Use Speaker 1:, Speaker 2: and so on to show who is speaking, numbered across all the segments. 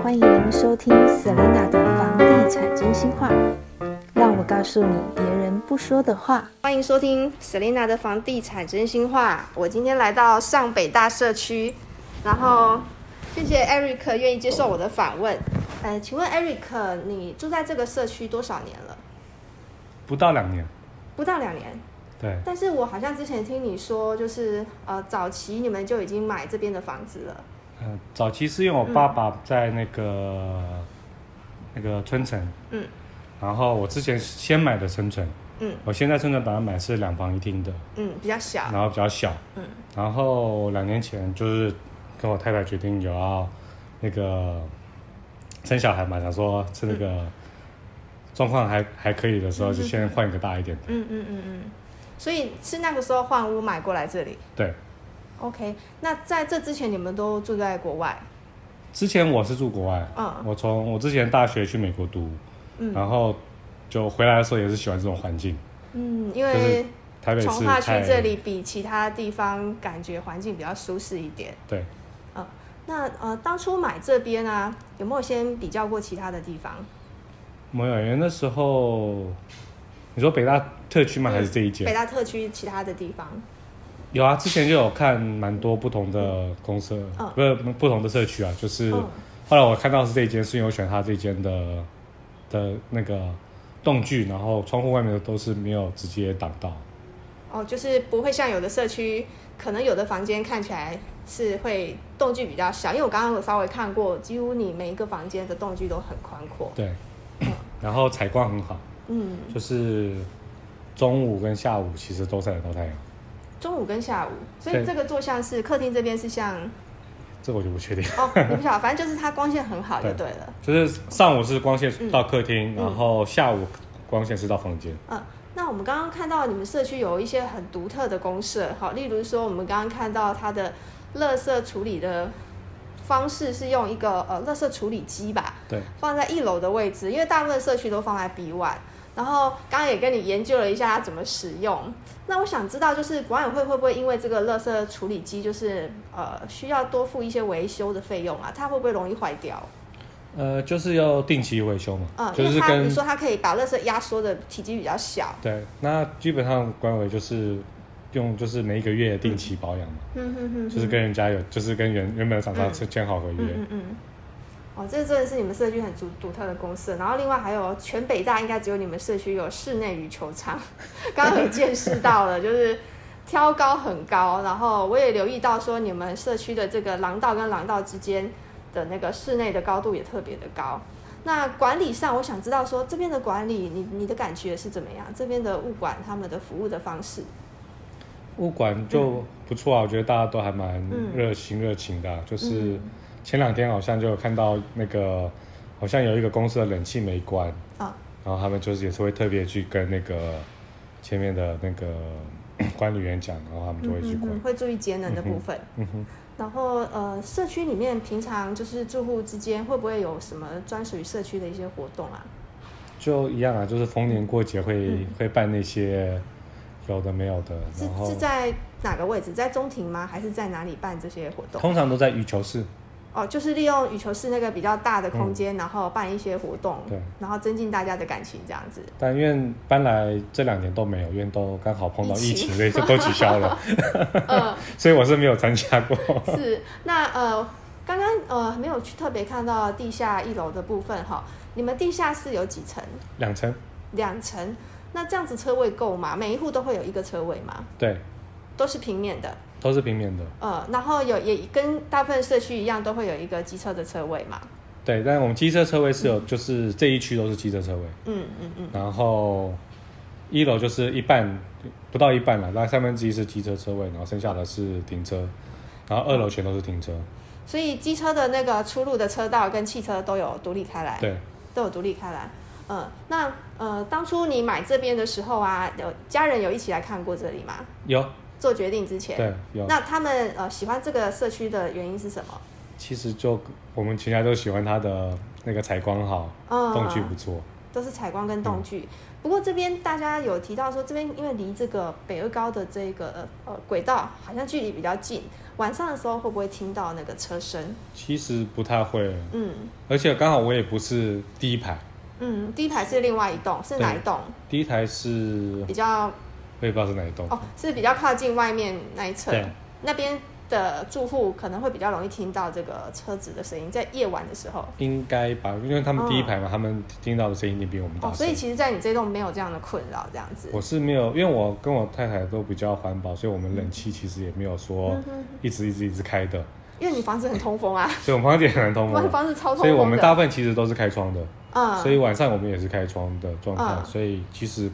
Speaker 1: 欢迎您收听 Selina 的房地产真心话，让我告诉你别人不说的话。
Speaker 2: 欢迎收听 Selina 的房地产真心话。我今天来到上北大社区，然后谢谢 Eric 愿意接受我的访问。呃，请问 Eric，你住在这个社区多少年了？
Speaker 3: 不到两年，
Speaker 2: 不到两年。
Speaker 3: 对，
Speaker 2: 但是我好像之前听你说，就是呃，早期你们就已经买这边的房子了。
Speaker 3: 嗯，早期是因为我
Speaker 2: 嗯
Speaker 3: 爸爸在那个、那个春城，
Speaker 2: 嗯
Speaker 3: 然后我之前先买的春城，
Speaker 2: 嗯
Speaker 3: 我先在春城打算买是两房一厅的，
Speaker 2: 嗯，比较小。
Speaker 3: 然后比较小，
Speaker 2: 嗯
Speaker 3: 然后两年前就是跟我太太决定有要那个生小孩嘛，想说是那个
Speaker 2: 嗯
Speaker 3: 状况还还可以的时候，就先换一个大一点的，
Speaker 2: 嗯嗯嗯嗯。所以是那个时候换屋买过来这里。
Speaker 3: 对。
Speaker 2: OK，那在这之前你们都住在国外？
Speaker 3: 之前我是住国外，
Speaker 2: 嗯
Speaker 3: 我从我之前大学去美国读，
Speaker 2: 嗯
Speaker 3: 然后就回来的时候也是喜欢这种环境，
Speaker 2: 嗯，因
Speaker 3: 就是
Speaker 2: 为
Speaker 3: 台北市
Speaker 2: 从化区
Speaker 3: 太
Speaker 2: 这里比其他地方感觉环境比较舒适一点。
Speaker 3: 对，
Speaker 2: 嗯，那呃，当初买这边啊，有没有先比较过其他的地方？
Speaker 3: 没有，因为那时候你说北大特区吗？还是这一
Speaker 2: 嗯北
Speaker 3: 间？
Speaker 2: 大特区其他的地方？
Speaker 3: 有啊，之前就有看蛮多不同的公社，
Speaker 2: 嗯
Speaker 3: 不是不同的社区啊，就是、
Speaker 2: 嗯
Speaker 3: 后来我看到是这一间，是因为我选它这间的的那个栋距，然后窗户外面都是没有直接挡到，
Speaker 2: 哦，就是不会像有的社区，可能有的房间看起来是会动距比较小，因为我刚刚有稍微看过，几乎你每一个房间的动距都很宽阔。
Speaker 3: 对，然后采光很好。
Speaker 2: 嗯，
Speaker 3: 就是中午跟下午其实都晒得到太阳，
Speaker 2: 中午跟下午，所以
Speaker 3: 对
Speaker 2: 这个坐向是客厅这边是像
Speaker 3: 这个我就不确定。
Speaker 2: 哦，你不晓得，反正就是它光线很好就对了。
Speaker 3: 就是上午是光线到客厅，然后下午光线是到房间。
Speaker 2: 嗯，那我们刚刚看到你们社区有一些很独特的公社，好，例如说我们刚刚看到它的垃圾处理的方式是用一个呃垃圾处理机吧，
Speaker 3: 对，
Speaker 2: 放在一楼的位置，因为大部分社区都放在 B one。然后刚刚也跟你研究了一下它怎么使用，那我想知道就是管委会会不会因为这个垃圾处理机就是呃需要多付一些维修的费用啊？它会不会容易坏掉？
Speaker 3: 呃，就是要定期维修嘛，
Speaker 2: 嗯，
Speaker 3: 就
Speaker 2: 因为
Speaker 3: 是
Speaker 2: 它你
Speaker 3: 跟
Speaker 2: 说它可以把垃圾压缩的体积比较小，
Speaker 3: 对，那基本上管委就是用就是每一个月定期保养嘛，
Speaker 2: 嗯哼哼
Speaker 3: 就是跟人家有就是跟原原本的厂商签签好合约，
Speaker 2: 嗯嗯嗯。哦，这真的是你们社区很独独特的公司。然后另外还有全北大应该只有你们社区有室内羽球场，刚刚有见识到了， 就是挑高很高。然后我也留意到说你们社区的这个廊道跟廊道之间的那个室内的高度也特别的高。那管理上，我想知道说这边的管理，你你的感觉是怎么样？这边的物管他们的服务的方式，
Speaker 3: 物管就不错啊，我觉得大家都还蛮
Speaker 2: 嗯
Speaker 3: 热心热情的啊、就是前两天好像就有看到那个，好像有一个公司的冷气没关，
Speaker 2: 啊，
Speaker 3: 然后他们就是也是会特别去跟那个前面的那个 管理员讲，然后他们就会去
Speaker 2: 嗯
Speaker 3: 关
Speaker 2: 嗯嗯，。会注意节能的部分。
Speaker 3: 嗯哼，
Speaker 2: 然后呃，社区里面平常就是住户之间会不会有什么专属于社区的一些活动啊？
Speaker 3: 就一样啊，就是逢年过节会、会办那些有的没有的，
Speaker 2: 嗯是
Speaker 3: 然后
Speaker 2: 是在哪个位置？在中庭吗？还是在哪里办这些活动？
Speaker 3: 通常都在羽球室。
Speaker 2: 哦，就是利用羽球室那个比较大的空间，然后办一些活动
Speaker 3: 嗯对，
Speaker 2: 然后增进大家的感情这样子。
Speaker 3: 但因为搬来这两年都没有，因为都刚好碰到
Speaker 2: 疫
Speaker 3: 疫
Speaker 2: 情
Speaker 3: 情，所以就都取消 了，
Speaker 2: 嗯，
Speaker 3: 所以我是没有参加过。
Speaker 2: 是那呃，刚刚呃没有去特别看到地下一楼的部分哈，你们地下室有几层？
Speaker 3: 两层，
Speaker 2: 两层。那这样子车位够吗？每一户都会有一个车位吗？
Speaker 3: 对，
Speaker 2: 都是平面的。
Speaker 3: 都是平面的，
Speaker 2: 呃，然后有也跟大部分社区一样，都会有一个机车的车位嘛。
Speaker 3: 对。但我们机车车位是有，就是这一区都是机车车位，
Speaker 2: 嗯嗯嗯。
Speaker 3: 然后一楼就是一半，不到一半了，大概三分之一是机车车位，然后剩下的是停车，然后二楼全都是停车，
Speaker 2: 所以机车的那个出入的车道跟汽车都有独立开来，
Speaker 3: 对，
Speaker 2: 都有独立开来。呃，那呃，当初你买这边的时候啊，有家人有一起来看过这里吗？
Speaker 3: 有，
Speaker 2: 做决定之前，
Speaker 3: 对，有。
Speaker 2: 那他们呃喜欢这个社区的原因是什么？
Speaker 3: 其实就我们全家都喜欢它的那个采光好，
Speaker 2: 嗯
Speaker 3: 动距不错，
Speaker 2: 都是采光跟动距。
Speaker 3: 嗯
Speaker 2: 不过这边大家有提到说，这边因为离这个北二高的这个呃呃轨道好像距离比较近，晚上的时候会不会听到那个车声？
Speaker 3: 其实不太会，
Speaker 2: 嗯
Speaker 3: 而且刚好我也不是第一排，
Speaker 2: 嗯，第一排是另外一栋，是哪一栋？
Speaker 3: 第一排是
Speaker 2: 比较
Speaker 3: 我也不知道是哪一栋，
Speaker 2: 哦，是比较靠近外面那一侧
Speaker 3: 对，
Speaker 2: 那边的住户可能会比较容易听到这个车子的声音，在夜晚的时候。
Speaker 3: 应该吧，因为他们
Speaker 2: 嗯
Speaker 3: 第一排嘛，他们听到的声音一定比我们大
Speaker 2: 哦，所
Speaker 3: 声。
Speaker 2: 以其实，在你这栋没有这样的困扰，这样子。
Speaker 3: 我是没有，因为我跟我太太都比较环保，所以我们冷气其实也没有说
Speaker 2: 嗯
Speaker 3: 一直一直一直开的，
Speaker 2: 因为你房子很通风啊，
Speaker 3: 所以 我们房间很难通
Speaker 2: 不然
Speaker 3: 风，
Speaker 2: 房子超通
Speaker 3: 所以我
Speaker 2: 风
Speaker 3: 们大
Speaker 2: 的。
Speaker 3: 部分其实都是开窗的。
Speaker 2: 嗯，
Speaker 3: 所以晚上我们也是开窗的状况，
Speaker 2: 嗯
Speaker 3: 所以其实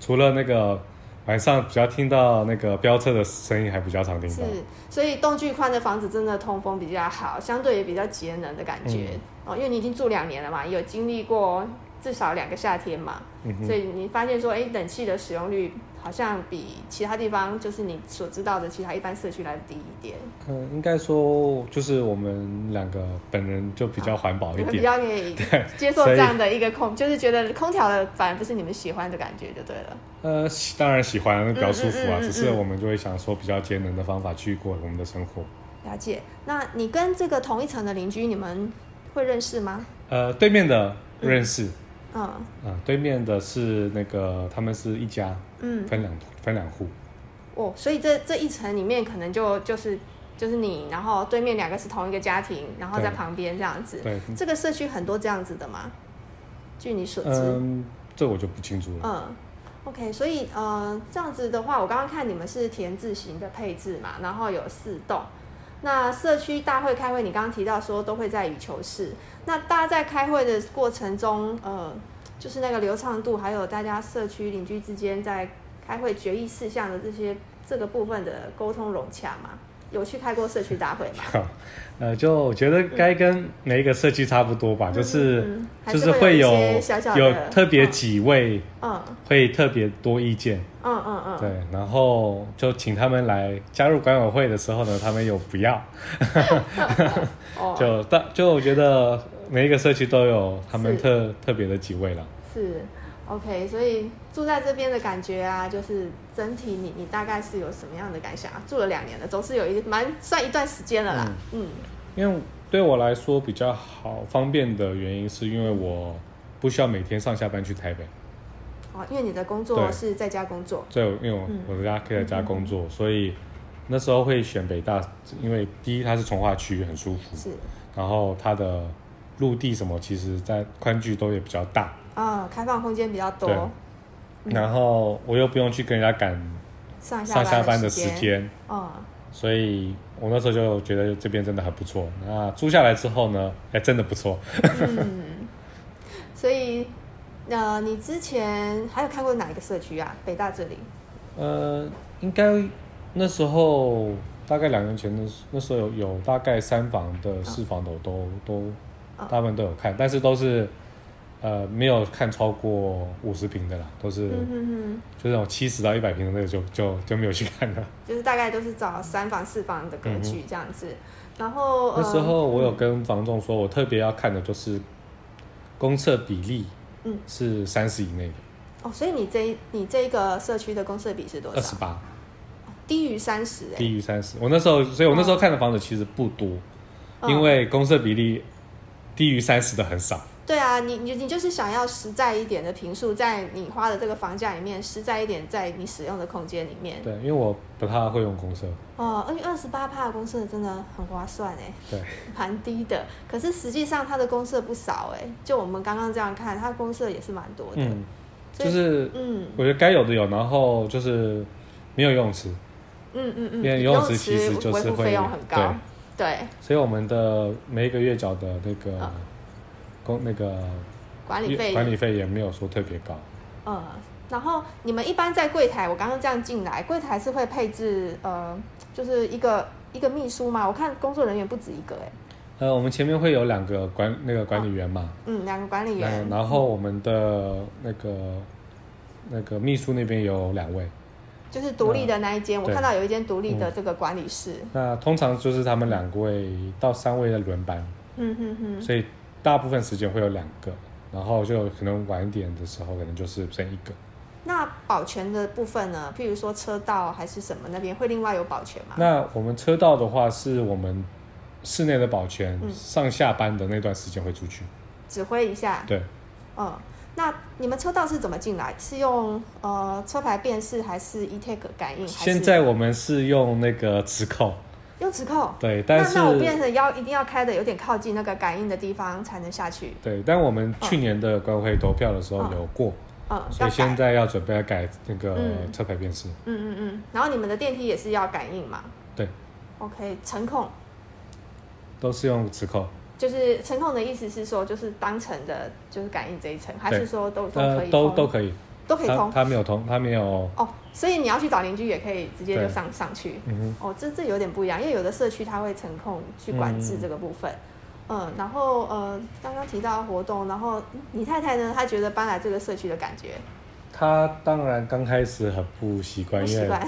Speaker 3: 除了那个晚上比较听到那个飙车的声音，还比较常听
Speaker 2: 是
Speaker 3: 到。，
Speaker 2: 所以动距宽的房子真的通风比较好，相对也比较节能的感觉、
Speaker 3: 嗯
Speaker 2: 哦。因为你已经住两年了嘛，也有经历过至少两个夏天嘛，
Speaker 3: 嗯
Speaker 2: 所以你发现说，哎、冷气的使用率好像比其他地方，就是你所知道的其他一般社区来的低一点，
Speaker 3: 嗯，应该说就是我们两个本人就比较环保
Speaker 2: 你
Speaker 3: 一
Speaker 2: 们比
Speaker 3: 哦点，
Speaker 2: 较可 以接受这样的一个空，就是觉得空调的反而不是你们喜欢的感觉就对了。
Speaker 3: 呃，喜当然喜欢比较舒服啊，
Speaker 2: 嗯嗯嗯嗯
Speaker 3: 只是我们就会想说比较节能的方法去过我们的生活。
Speaker 2: 了解。那你跟这个同一层的邻居，你们会认识吗？
Speaker 3: 呃，对面的认识，
Speaker 2: 嗯
Speaker 3: 啊、对面的是那个他们是一家
Speaker 2: 嗯，
Speaker 3: 分两分两户，
Speaker 2: 哦，所以这这一层里面可能就就是就是你，然后对面两个是同一个家庭，然后在
Speaker 3: 对
Speaker 2: 旁边这样子。
Speaker 3: 对，
Speaker 2: 这个社区很多这样子的嘛，据你所知。
Speaker 3: 嗯，这我就不清楚了。
Speaker 2: 嗯，OK，所以呃，这样子的话，我刚刚看你们是田字型的配置嘛，然后有四栋。那社区大会开会，你刚刚提到说都会在羽球室。那大家在开会的过程中，呃，就是那个流畅度，还有大家社区邻居之间在开会决议事项的这些这个部分的沟通融洽嘛，有去开过社区大会吗？
Speaker 3: 好，呃，就我觉得该跟每一个社区差不多吧，就是
Speaker 2: 嗯还
Speaker 3: 就是
Speaker 2: 会
Speaker 3: 会
Speaker 2: 有
Speaker 3: 有
Speaker 2: 一些小小的
Speaker 3: 有特别
Speaker 2: 嗯
Speaker 3: 几位
Speaker 2: 嗯
Speaker 3: 会特别多意见，
Speaker 2: 嗯嗯嗯，
Speaker 3: 对，然后就请他们来加入管委会的时候呢，他们有不要，
Speaker 2: 哦，
Speaker 3: 就但就我觉得每一个社区都有他们
Speaker 2: 是
Speaker 3: 特特别的几位了，
Speaker 2: 是，OK，所以住在这边的感觉啊，就是整体你你大概是有什么样的感想啊？住了两年了，总是有一个蛮算一段时间了啦。嗯
Speaker 3: 因为对我来说比较好方便的原因，是因为我不需要每天上下班去台北。
Speaker 2: 哦，因为你的工作
Speaker 3: 对
Speaker 2: 是在家工作，
Speaker 3: 在我因为我
Speaker 2: 嗯
Speaker 3: 我在家可以在家工作，所以那时候会选北大，因为第一它是从化区很舒服，
Speaker 2: 是
Speaker 3: 然后它的陆地什么其实在宽距都也比较大，
Speaker 2: 啊、开放空间比较
Speaker 3: 对
Speaker 2: 多，
Speaker 3: 然后我又不用去跟人家赶
Speaker 2: 上嗯下
Speaker 3: 上下班的
Speaker 2: 的
Speaker 3: 时
Speaker 2: 间，
Speaker 3: 间，
Speaker 2: 嗯，
Speaker 3: 所以我那时候就觉得这边真的很不错。那租下来之后呢，哎，真的不错。
Speaker 2: 所以。呃，你之前还有看过哪一个社区啊？北大这里，
Speaker 3: 呃，应该那时候大概两年前的时那时候有有大概三房的四房的我都、都
Speaker 2: 啊
Speaker 3: 大部分都有看，但是都是呃没有看超过五十平的啦，都是、
Speaker 2: 嗯哼哼，
Speaker 3: 就那种七十到一百平的那个就就就没有去看了。
Speaker 2: 就是大概都是找三房四房的格
Speaker 3: 嗯哼
Speaker 2: 局这样子。然后
Speaker 3: 那时候我有
Speaker 2: 嗯
Speaker 3: 跟房仲说，我特别要看的就是公厕比例
Speaker 2: 嗯
Speaker 3: 是三十以内的，
Speaker 2: 哦，所以你这一你这一个社区的公设比是多
Speaker 3: 二十
Speaker 2: 少？
Speaker 3: 八
Speaker 2: 低于三十哎，
Speaker 3: 低于三十。我那时候，所以我那时候看的房子其实不多，
Speaker 2: 嗯
Speaker 3: 因为公设比例低于三十的很少。
Speaker 2: 对啊，你你你就是想要实在一点的平数，在你花的这个房价里面，实在一点，在你使用的空间里面。
Speaker 3: 对，因为我不太会用公社，
Speaker 2: 哦，因为二十八帕的公社真的很划算哎，
Speaker 3: 对，
Speaker 2: 蛮低的。可是实际上它的公社不少哎，就我们刚刚这样看，它公社也是蛮多的。
Speaker 3: 嗯，
Speaker 2: 所以
Speaker 3: 就是
Speaker 2: 嗯
Speaker 3: 我觉得该有的有，然后就是没有游泳池，
Speaker 2: 嗯嗯嗯，
Speaker 3: 因为游泳池其实就是
Speaker 2: 维护
Speaker 3: 会
Speaker 2: 费用很高。对，
Speaker 3: 所以我们的每一个月缴的那个
Speaker 2: 啊
Speaker 3: 公、那个
Speaker 2: 管理费
Speaker 3: 管理费也没有说特别高，
Speaker 2: 嗯，然后你们一般在柜台，我刚刚这样进来，柜台是会配置呃，就是一个一个秘书嘛？我看工作人员不止一个哎、
Speaker 3: 呃，我们前面会有两个管那个管理员嘛，
Speaker 2: 嗯，两个管理员
Speaker 3: 嗯，，然后我们的那个那个秘书那边有两位，
Speaker 2: 就是独立的那一间，我
Speaker 3: 嗯对嗯
Speaker 2: 看到有一间独立的这个管理室，
Speaker 3: 那通常就是他们两位到三位的轮班，
Speaker 2: 嗯哼哼，
Speaker 3: 所以大部分时间会有两个，然后就可能晚一点的时候，可能就是剩一个。
Speaker 2: 那保全的部分呢？譬如说车道还是什么那边会另外有保全吗？
Speaker 3: 那我们车道的话，是我们室内的保全、
Speaker 2: 嗯
Speaker 3: 上下班的那段时间会出去。
Speaker 2: 指挥一下。
Speaker 3: 对，
Speaker 2: 嗯，那你们车道是怎么进来？是用呃车牌辨识，还是 eTag 感应？嗯还是
Speaker 3: 现在我们是用那个磁扣，
Speaker 2: 用磁扣。
Speaker 3: 对，但是
Speaker 2: 那那我变成要一定要开的有点靠近那个感应的地方才能下去。
Speaker 3: 对，但我们去年的管委会投票的时候
Speaker 2: 嗯
Speaker 3: 有过，
Speaker 2: 嗯，
Speaker 3: 所
Speaker 2: 要
Speaker 3: 以现
Speaker 2: 改。
Speaker 3: 在要准备要改那个
Speaker 2: 嗯
Speaker 3: 车牌辨识。
Speaker 2: 嗯嗯嗯。然后你们的电梯也是要感应嘛
Speaker 3: 对，
Speaker 2: ？OK，程控
Speaker 3: 都是用磁扣，
Speaker 2: 就是程控的意思是说就是当层的就是感应这一层，还是说都都可
Speaker 3: 呃，
Speaker 2: 以
Speaker 3: 都
Speaker 2: 通
Speaker 3: 都可以。
Speaker 2: 都可以
Speaker 3: 他
Speaker 2: 通
Speaker 3: 他没有通，他没有，
Speaker 2: 哦。所以你要去找邻居也可以直接就
Speaker 3: 对
Speaker 2: 上上去。
Speaker 3: 嗯哼，
Speaker 2: 哦，这这有点不一样，因为有的社区它会程控去管制
Speaker 3: 嗯
Speaker 2: 这个部分。嗯然后呃，刚刚提到活动，然后你太太呢，她觉得搬来这个社区的感觉
Speaker 3: 他当然刚开始很不习惯，
Speaker 2: 不
Speaker 3: 因
Speaker 2: 习
Speaker 3: 为
Speaker 2: 惯。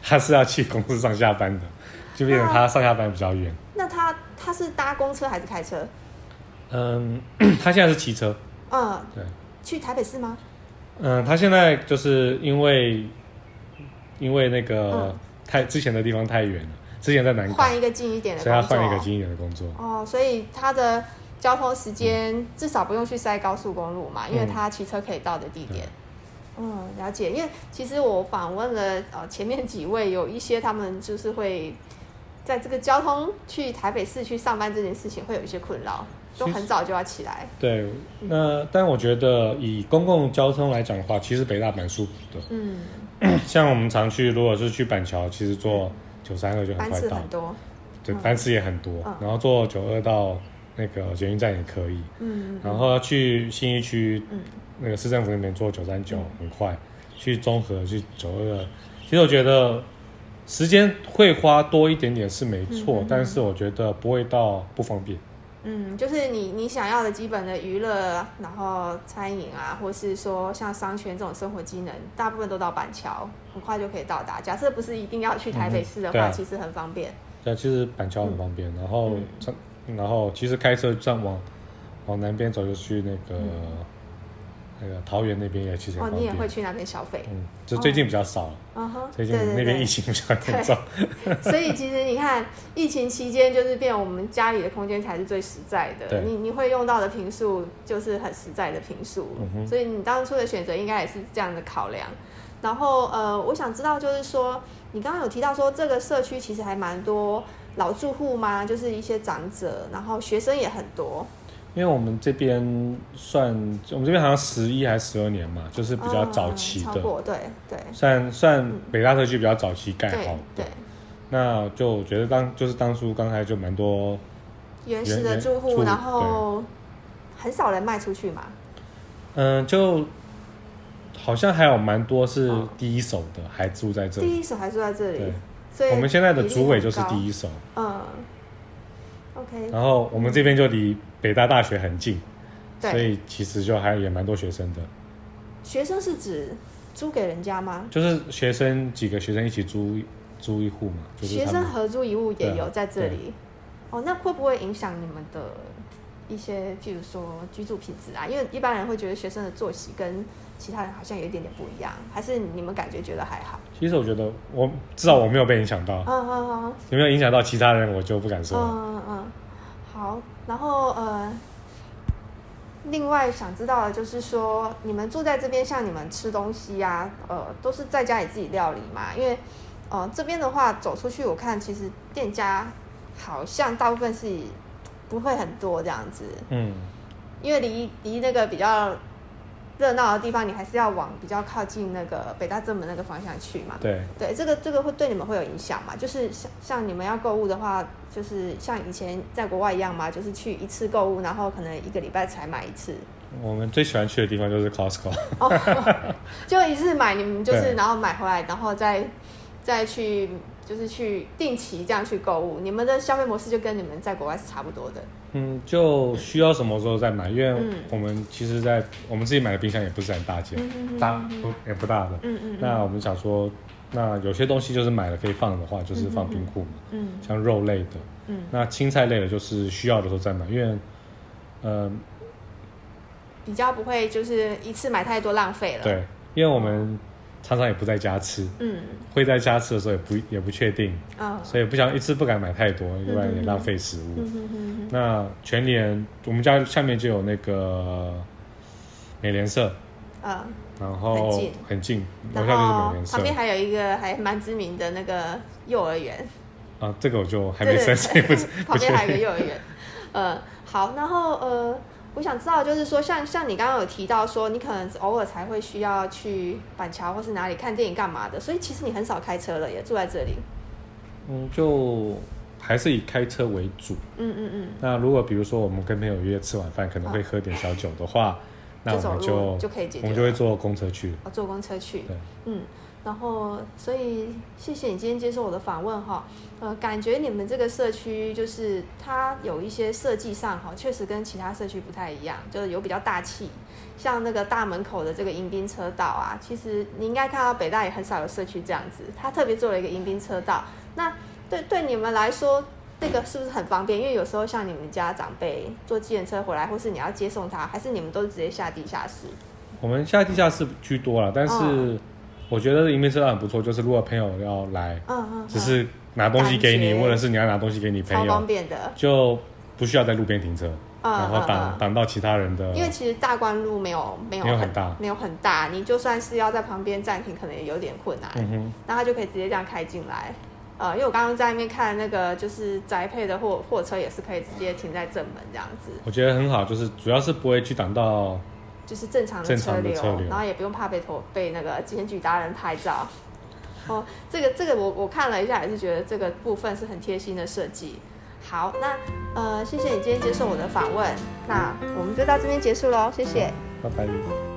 Speaker 3: 他是要去公司上下班的，就变成他上下班比较远。
Speaker 2: 那她她是搭公车还是开车？
Speaker 3: 嗯， 他现在是骑车，
Speaker 2: 嗯，
Speaker 3: 对，
Speaker 2: 去台北市吗？
Speaker 3: 嗯，他现在就是因为因为那个、
Speaker 2: 嗯
Speaker 3: 太之前的地方太远了，之前在南港，
Speaker 2: 换一个近一点的
Speaker 3: 所以他
Speaker 2: 工作。
Speaker 3: 换一个近一点的工作。
Speaker 2: 哦，所以她的交通时间至少不用去塞高速公路嘛，因为
Speaker 3: 嗯
Speaker 2: 她骑车可以到的地点。嗯，了解。因为其实我访问了呃前面几位，有一些他们就是会在这个交通去台北市去上班这件事情会有一些困扰，都
Speaker 3: 其实
Speaker 2: 很早就要起来。
Speaker 3: 对，那但我觉得以公共交通来讲的话，其实北大蛮舒服的。
Speaker 2: 嗯，
Speaker 3: 像我们常去，如果是去板桥，其实坐九三二就很
Speaker 2: 班
Speaker 3: 快
Speaker 2: 次
Speaker 3: 到
Speaker 2: 很，多。
Speaker 3: 对，
Speaker 2: 嗯
Speaker 3: 班次也很多。
Speaker 2: 嗯
Speaker 3: 然后坐九二到那个捷运站也可以。
Speaker 2: 嗯
Speaker 3: 然后要去信义区，
Speaker 2: 嗯
Speaker 3: 那个市政府那边坐九三九很快，去中和去九二二。其实我觉得时间会花多一点点是没错，
Speaker 2: 嗯嗯嗯
Speaker 3: 但是我觉得不会到不方便。
Speaker 2: 嗯，就是你你想要的基本的娱乐，然后餐饮啊，或是说像商圈这种生活机能，大部分都到板桥，很快就可以到达。假设不是一定要去台北市的
Speaker 3: 嗯对
Speaker 2: 话，
Speaker 3: 啊
Speaker 2: 其实很方便。
Speaker 3: 对，其实板桥很方便，然后
Speaker 2: 嗯
Speaker 3: 上然后其实开车这样往往南边走就去那个、那个桃园那边也其实很
Speaker 2: 嗯哦，
Speaker 3: 方
Speaker 2: 你也
Speaker 3: 便。
Speaker 2: 会去那边消费。
Speaker 3: 嗯，就最近比较少了，
Speaker 2: 嗯哼，
Speaker 3: 最
Speaker 2: 对
Speaker 3: 近
Speaker 2: 对
Speaker 3: 那边
Speaker 2: 对
Speaker 3: 疫情比较严重。
Speaker 2: 所以其实你看，疫情期间就是变我们家里的空间才是最实在的。
Speaker 3: 对
Speaker 2: 你你会用到的频数就是很实在的频数，
Speaker 3: 嗯哼
Speaker 2: 所以你当初的选择应该也是这样的考量。然后呃，我想知道就是说，你刚刚有提到说这个社区其实还蛮多老住户嘛，就是一些长者，然后学生也很多。
Speaker 3: 因为我们这边算，我们这边好像十一还是十二年嘛，就是比较
Speaker 2: 嗯
Speaker 3: 早期
Speaker 2: 超
Speaker 3: 的，
Speaker 2: 过对对
Speaker 3: 算算北大特区比较早期盖
Speaker 2: 对
Speaker 3: 好的
Speaker 2: 对。，
Speaker 3: 那就我觉得当就是当初刚才就蛮多，
Speaker 2: 原始
Speaker 3: 原
Speaker 2: 的
Speaker 3: 原
Speaker 2: 住
Speaker 3: 住
Speaker 2: 户，然后很少人卖出去嘛。
Speaker 3: 嗯、就好像还有蛮多是
Speaker 2: 哦
Speaker 3: 第一手的，还住在这
Speaker 2: 第
Speaker 3: 里。
Speaker 2: 一手还住在这里
Speaker 3: 对，
Speaker 2: 所以
Speaker 3: 我们现在的
Speaker 2: 比例
Speaker 3: 主委
Speaker 2: 很
Speaker 3: 就是
Speaker 2: 高
Speaker 3: 第一手，
Speaker 2: 嗯，OK，
Speaker 3: 然后我们这边就离北大大学很近，所
Speaker 2: 对，
Speaker 3: 以其实就还也蛮多学生的，
Speaker 2: 学生是指租给人家吗？
Speaker 3: 就是学生几个学生一起租租一户嘛，就是
Speaker 2: 学
Speaker 3: 他
Speaker 2: 生
Speaker 3: 们
Speaker 2: 合租一物
Speaker 3: 对
Speaker 2: 也
Speaker 3: 啊
Speaker 2: 有在这
Speaker 3: 对
Speaker 2: 里，哦，那会不会影响你们的一些，譬如说居住品质啊？因为一般人会觉得学生的作息跟其他人好像有一点点不一样，还是你们感觉觉得还好？
Speaker 3: 其实我觉得我至少我没有被影响到，
Speaker 2: 嗯嗯嗯
Speaker 3: 有没有影响到其他人，我就不敢说了。
Speaker 2: 嗯嗯嗯，好，然后呃。另外想知道的就是说，你们住在这边，像你们吃东西呀、呃，都是在家里自己料理嘛？因为，呃，这边的话走出去，我看其实店家好像大部分是不会很多这样子，
Speaker 3: 嗯，
Speaker 2: 因为离离那个比较热闹的地方，你还是要往比较靠近那个北大正门那个方向去嘛。
Speaker 3: 对，
Speaker 2: 对，这个这个会对你们会有影响嘛？就是像像你们要购物的话，就是像以前在国外一样嘛，就是去一次购物，然后可能一个礼拜才买一次，
Speaker 3: 我们最喜欢去的地方就是 Costco，
Speaker 2: 就一次买你们就是
Speaker 3: 对
Speaker 2: 然后买回来，然后再再去就是去定期这样去购物。你们的消费模式就跟你们在国外是差不多的。
Speaker 3: 嗯，就需要什么时候再买，因为
Speaker 2: 嗯
Speaker 3: 我们其实在，我们自己买的冰箱也不是很大件，大不也不大的。
Speaker 2: 嗯嗯
Speaker 3: 那我们想说，那有些东西就是买了可以放的话，就是放冰库嘛，
Speaker 2: 嗯
Speaker 3: 像肉类的，
Speaker 2: 嗯
Speaker 3: 那青菜类的就是需要的时候再买，因为，呃，
Speaker 2: 比较不会就是一次买太多浪费了。，
Speaker 3: 对，因为我们常常也不在家吃，
Speaker 2: 嗯
Speaker 3: 会在家吃的时候也不也不确定，
Speaker 2: 啊，
Speaker 3: 所以不想一次不敢买太多，要不然也浪费食物。
Speaker 2: 嗯哼哼哼
Speaker 3: 那全联，我们家下面就有那个美联社，
Speaker 2: 啊，
Speaker 3: 然后
Speaker 2: 很近
Speaker 3: 很近，楼下
Speaker 2: 嗯然
Speaker 3: 就是美
Speaker 2: 后
Speaker 3: 联社
Speaker 2: 旁边还有一个还蛮知名的那个幼儿园，
Speaker 3: 啊，这个我就还没
Speaker 2: 对对
Speaker 3: 深所以不知不
Speaker 2: 旁
Speaker 3: 确
Speaker 2: 边还有一
Speaker 3: 定。
Speaker 2: 个幼儿园。呃，好，然后呃，我想知道就是说，像像你刚刚有提到说，你可能偶尔才会需要去板桥或是哪里看电影干嘛的，所以其实你很少开车了，也住在这里。
Speaker 3: 嗯，就还是以开车为主。
Speaker 2: 嗯嗯
Speaker 3: 那如果比如说我们跟朋友约吃晚饭，可能会喝点小酒的话，那
Speaker 2: 啊就
Speaker 3: 我们
Speaker 2: 走路
Speaker 3: 就
Speaker 2: 就可以解决
Speaker 3: 我们就会坐公车去。
Speaker 2: 嗯，我坐公车去。
Speaker 3: 对，
Speaker 2: 嗯，然后所以谢谢你今天接受我的访问哈，呃，感觉你们这个社区就是它有一些设计上哈，确实跟其他社区不太一样，就是有比较大气，像那个大门口的这个迎宾车道啊，其实你应该看到北大也很少有社区这样子，它特别做了一个迎宾车道，那对对你们来说。这个是不是很方便？因为有时候像你们家长辈坐计程车回来，或是你要接送他，还是你们都直接下地下室？
Speaker 3: 我们下地下室居多了，但是
Speaker 2: 嗯
Speaker 3: 我觉得迎宾车道很不错，就是如果朋友要来，
Speaker 2: 嗯嗯嗯，
Speaker 3: 只是拿东西给
Speaker 2: 感
Speaker 3: 你，
Speaker 2: 觉
Speaker 3: 或者是你要拿东西给你
Speaker 2: 超
Speaker 3: 朋
Speaker 2: 方
Speaker 3: 友，
Speaker 2: 便的。
Speaker 3: 就不需要在路边停车，
Speaker 2: 嗯
Speaker 3: 然后
Speaker 2: 嗯嗯
Speaker 3: 挡挡到其他人的。
Speaker 2: 因为其实大关路没有没有
Speaker 3: 没有很大
Speaker 2: 没有很大，你就算是要在旁边暂停，可能也有点困难。
Speaker 3: 嗯哼，
Speaker 2: 那他就可以直接这样开进来。呃，因为我刚刚在那边看那个就是宅配的货货车也是可以直接停在正门这样子，
Speaker 3: 我觉得很好，就是主要是不会去挡到，
Speaker 2: 就是正常的
Speaker 3: 正
Speaker 2: 车
Speaker 3: 常的
Speaker 2: 流，
Speaker 3: 车流
Speaker 2: 然后也不用怕被投被那个检举达人拍照。哦，这个这个我我看了一下，也是觉得这个部分是很贴心的设计。好，那呃，谢谢你今天接受我的访问，那我们就到这边结束喽，谢谢。
Speaker 3: 拜拜。